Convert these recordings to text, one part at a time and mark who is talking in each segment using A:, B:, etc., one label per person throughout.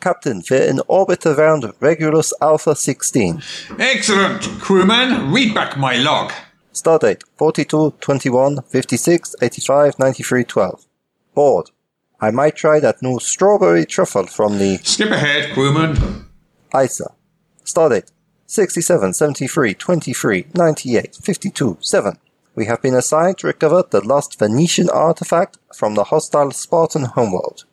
A: Captain were in orbit around Regulus Alpha 16.
B: Excellent, crewman. Read back my log.
A: Stardate 42 21 56 85 93 12. Board. I might try that new strawberry truffle from the
B: Skip ahead, crewman.
A: ISA. Stardate 67 73 23 98 52 7. We have been assigned to recover the lost Venetian artifact from the hostile Spartan homeworld.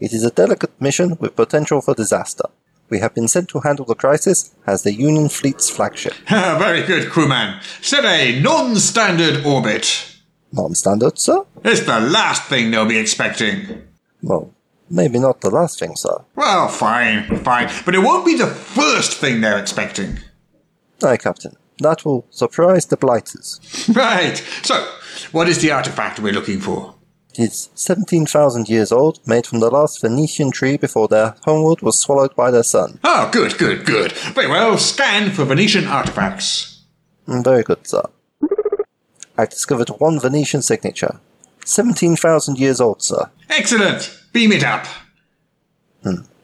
A: It is a delicate mission with potential for disaster. We have been sent to handle the crisis as the Union fleet's flagship.
B: Very good, crewman. Set a non-standard orbit.
A: Non-standard, sir?
B: It's the last thing they'll be expecting.
A: Well, maybe not the last thing, sir.
B: Well, fine, fine. But it won't be the first thing they're expecting.
A: Aye, Captain. That will surprise the Blighters.
B: Right. So, what is the artifact we're looking for?
A: It's 17,000 years old, made from the last Venetian tree before their homeworld was swallowed by their sun.
B: Oh, good, good, good. Very well. Scan for Venetian artifacts.
A: Mm, Very good, sir. I discovered one Venetian signature. 17,000 years old, sir.
B: Excellent. Beam it up.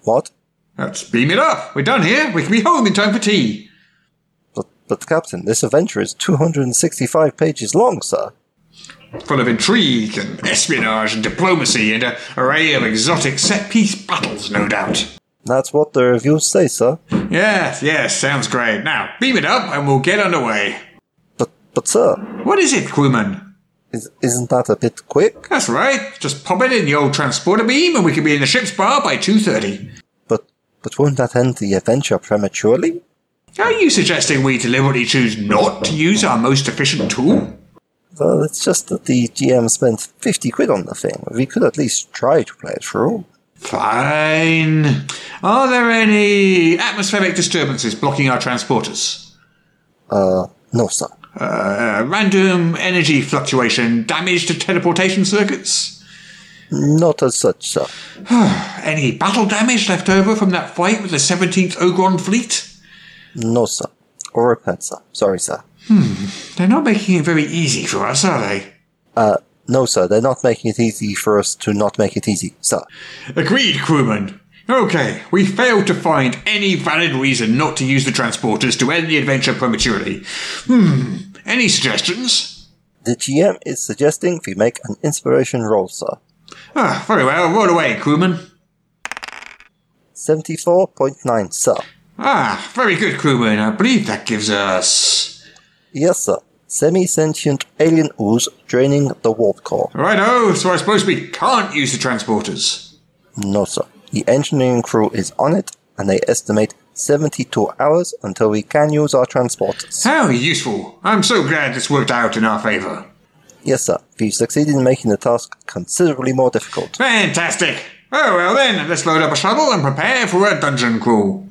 A: What?
B: Let's beam it up. We're done here. We can be home in time for tea.
A: But, but Captain, this adventure is 265 pages long, sir.
B: Full of intrigue and espionage and diplomacy and an array of exotic set piece battles, no doubt.
A: That's what the reviews say, sir.
B: Yes, yes, sounds great. Now, beam it up and we'll get underway.
A: But, but sir,
B: What is it, crewman?
A: is, isn't that a bit quick?
B: That's right. Just pop it in the old transporter beam and we can be in the ship's bar by 2.30.
A: But, but won't that end the adventure prematurely?
B: Are you suggesting we deliberately choose not to use our most efficient tool?
A: Well, it's just that the GM spent 50 quid on the thing. We could at least try to play it through.
B: Fine. Are there any atmospheric disturbances blocking our transporters?
A: Uh, no, sir.
B: Uh, random energy fluctuation, damage to teleportation circuits?
A: Not as such, sir.
B: Any battle damage left over from that fight with the 17th Ogron fleet?
A: No, sir. Or repaired, sir. Sorry, sir.
B: They're not making it very easy for us, are they?
A: Uh, no, sir. They're not making it easy for us to not make it easy, sir.
B: Agreed, crewman. Okay, we failed to find any valid reason not to use the transporters to end the adventure prematurely. Hmm, any suggestions?
A: The GM is suggesting we make an inspiration roll, sir.
B: Ah, very well, roll away, crewman.
A: 74.9, sir.
B: Ah, very good, crewman. I believe that gives us.
A: Yes, sir. Semi sentient alien ooze draining the warp core.
B: Righto, so I suppose we can't use the transporters.
A: No, sir. The engineering crew is on it, and they estimate 72 hours until we can use our transporters.
B: How useful. I'm so glad this worked out in our favour.
A: Yes, sir. We've succeeded in making the task considerably more difficult.
B: Fantastic. Oh, well then, let's load up a shuttle and prepare for a dungeon crawl.